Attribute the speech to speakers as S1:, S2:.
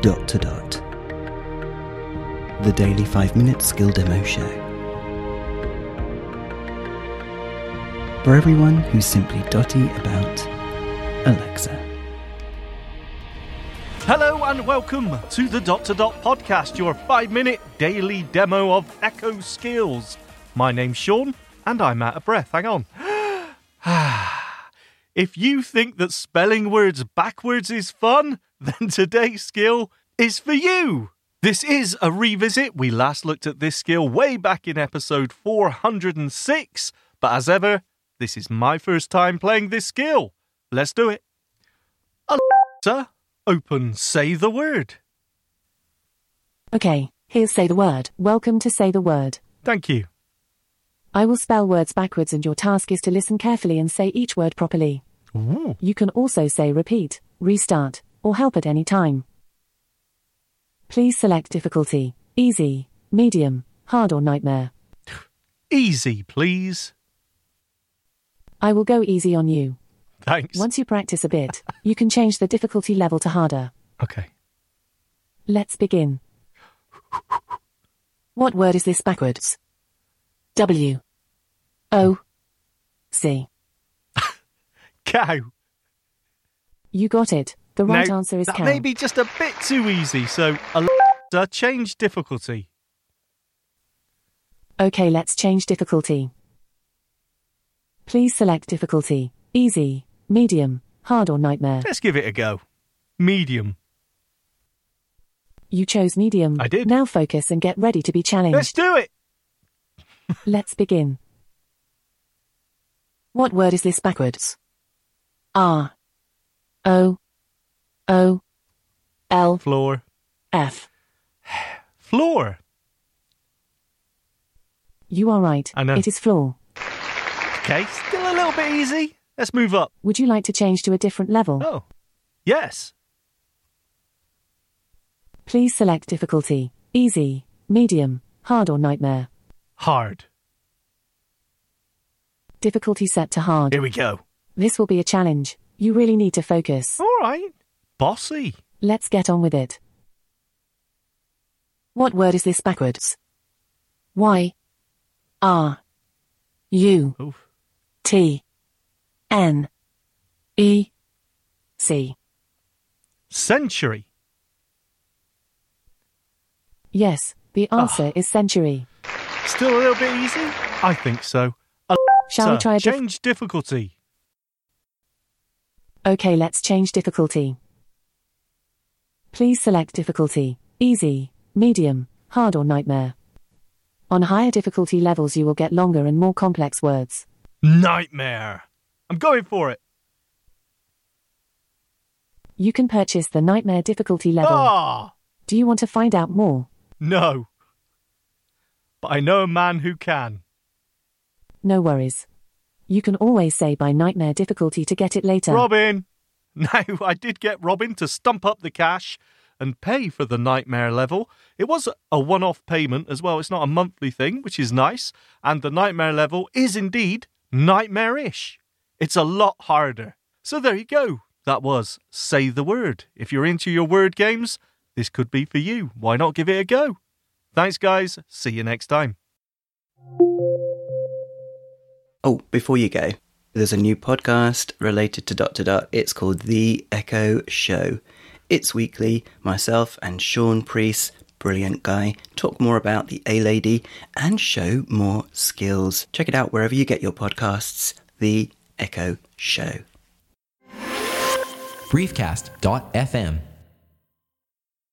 S1: dot to dot. The Daily 5 Minute Skill Demo Show. For everyone who's simply dotty about Alexa.
S2: Hello and welcome to the Dot to Dot podcast, your five minute daily demo of Echo Skills. My name's Sean and I'm out of breath. Hang on. if you think that spelling words backwards is fun, then today's skill is for you. This is a revisit. We last looked at this skill way back in episode 406, but as ever, this is my first time playing this skill. Let's do it. Alexa, open say the word.
S3: Okay, here's Say the Word. Welcome to Say the Word.
S2: Thank you.
S3: I will spell words backwards, and your task is to listen carefully and say each word properly.
S2: Ooh.
S3: You can also say repeat, restart, or help at any time. Please select difficulty easy, medium, hard, or nightmare.
S2: Easy, please.
S3: I will go easy on you.
S2: Thanks.
S3: Once you practice a bit, you can change the difficulty level to harder.
S2: Okay.
S3: Let's begin. What word is this backwards? W. O. C.
S2: Cow.
S3: You got it. The right
S2: Now,
S3: answer is
S2: that
S3: cow.
S2: may be just a bit too easy, so Alexa, change difficulty.
S3: Okay, let's change difficulty. Please select difficulty easy, medium, hard, or nightmare.
S2: Let's give it a go. Medium.
S3: You chose medium.
S2: I did.
S3: Now focus and get ready to be
S2: Let's
S3: challenged.
S2: do it.
S3: Let's begin. What word is this backwards? R. O. O. L.
S2: Floor.
S3: F.
S2: Floor.
S3: You are right.
S2: I know.
S3: It is floor.
S2: Okay, still a little bit easy. Let's move up.
S3: Would you like to change to a different level?
S2: Oh. Yes.
S3: Please select difficulty easy, medium, hard, or nightmare.
S2: Hard.
S3: Difficulty set to hard.
S2: Here we go.
S3: This will be a challenge. You really need to focus.
S2: All right. Bossy.
S3: Let's get on with it. What word is this backwards? Y. R. U.
S2: Oof.
S3: T. N. E. C.
S2: Century.
S3: Yes, the answer is century.
S2: Still a little bit easy? I think so.
S3: Shall we
S2: Sir,
S3: try a diff-
S2: change difficulty?
S3: Okay, let's change difficulty. Please select difficulty easy, medium, hard, or nightmare. On higher difficulty levels, you will get longer and more complex words.
S2: Nightmare. I'm going for it.
S3: You can purchase the nightmare difficulty level.
S2: Ah.
S3: Do you want to find out more?
S2: No. But I know a man who can.
S3: No worries. You can always say by nightmare difficulty to get it later.
S2: Robin! Now, I did get Robin to stump up the cash and pay for the nightmare level. It was a one off payment as well, it's not a monthly thing, which is nice. And the nightmare level is indeed nightmarish. It's a lot harder. So there you go. That was Say the Word. If you're into your word games, this could be for you. Why not give it a go? Thanks, guys. See you next time.
S1: Oh, before you go, there's a new podcast related to Dot to Dot. It's called The Echo Show. It's weekly. Myself and Sean Priest, brilliant guy, talk more about the A Lady and show more skills. Check it out wherever you get your podcasts. The Echo Show.
S4: briefcast.fm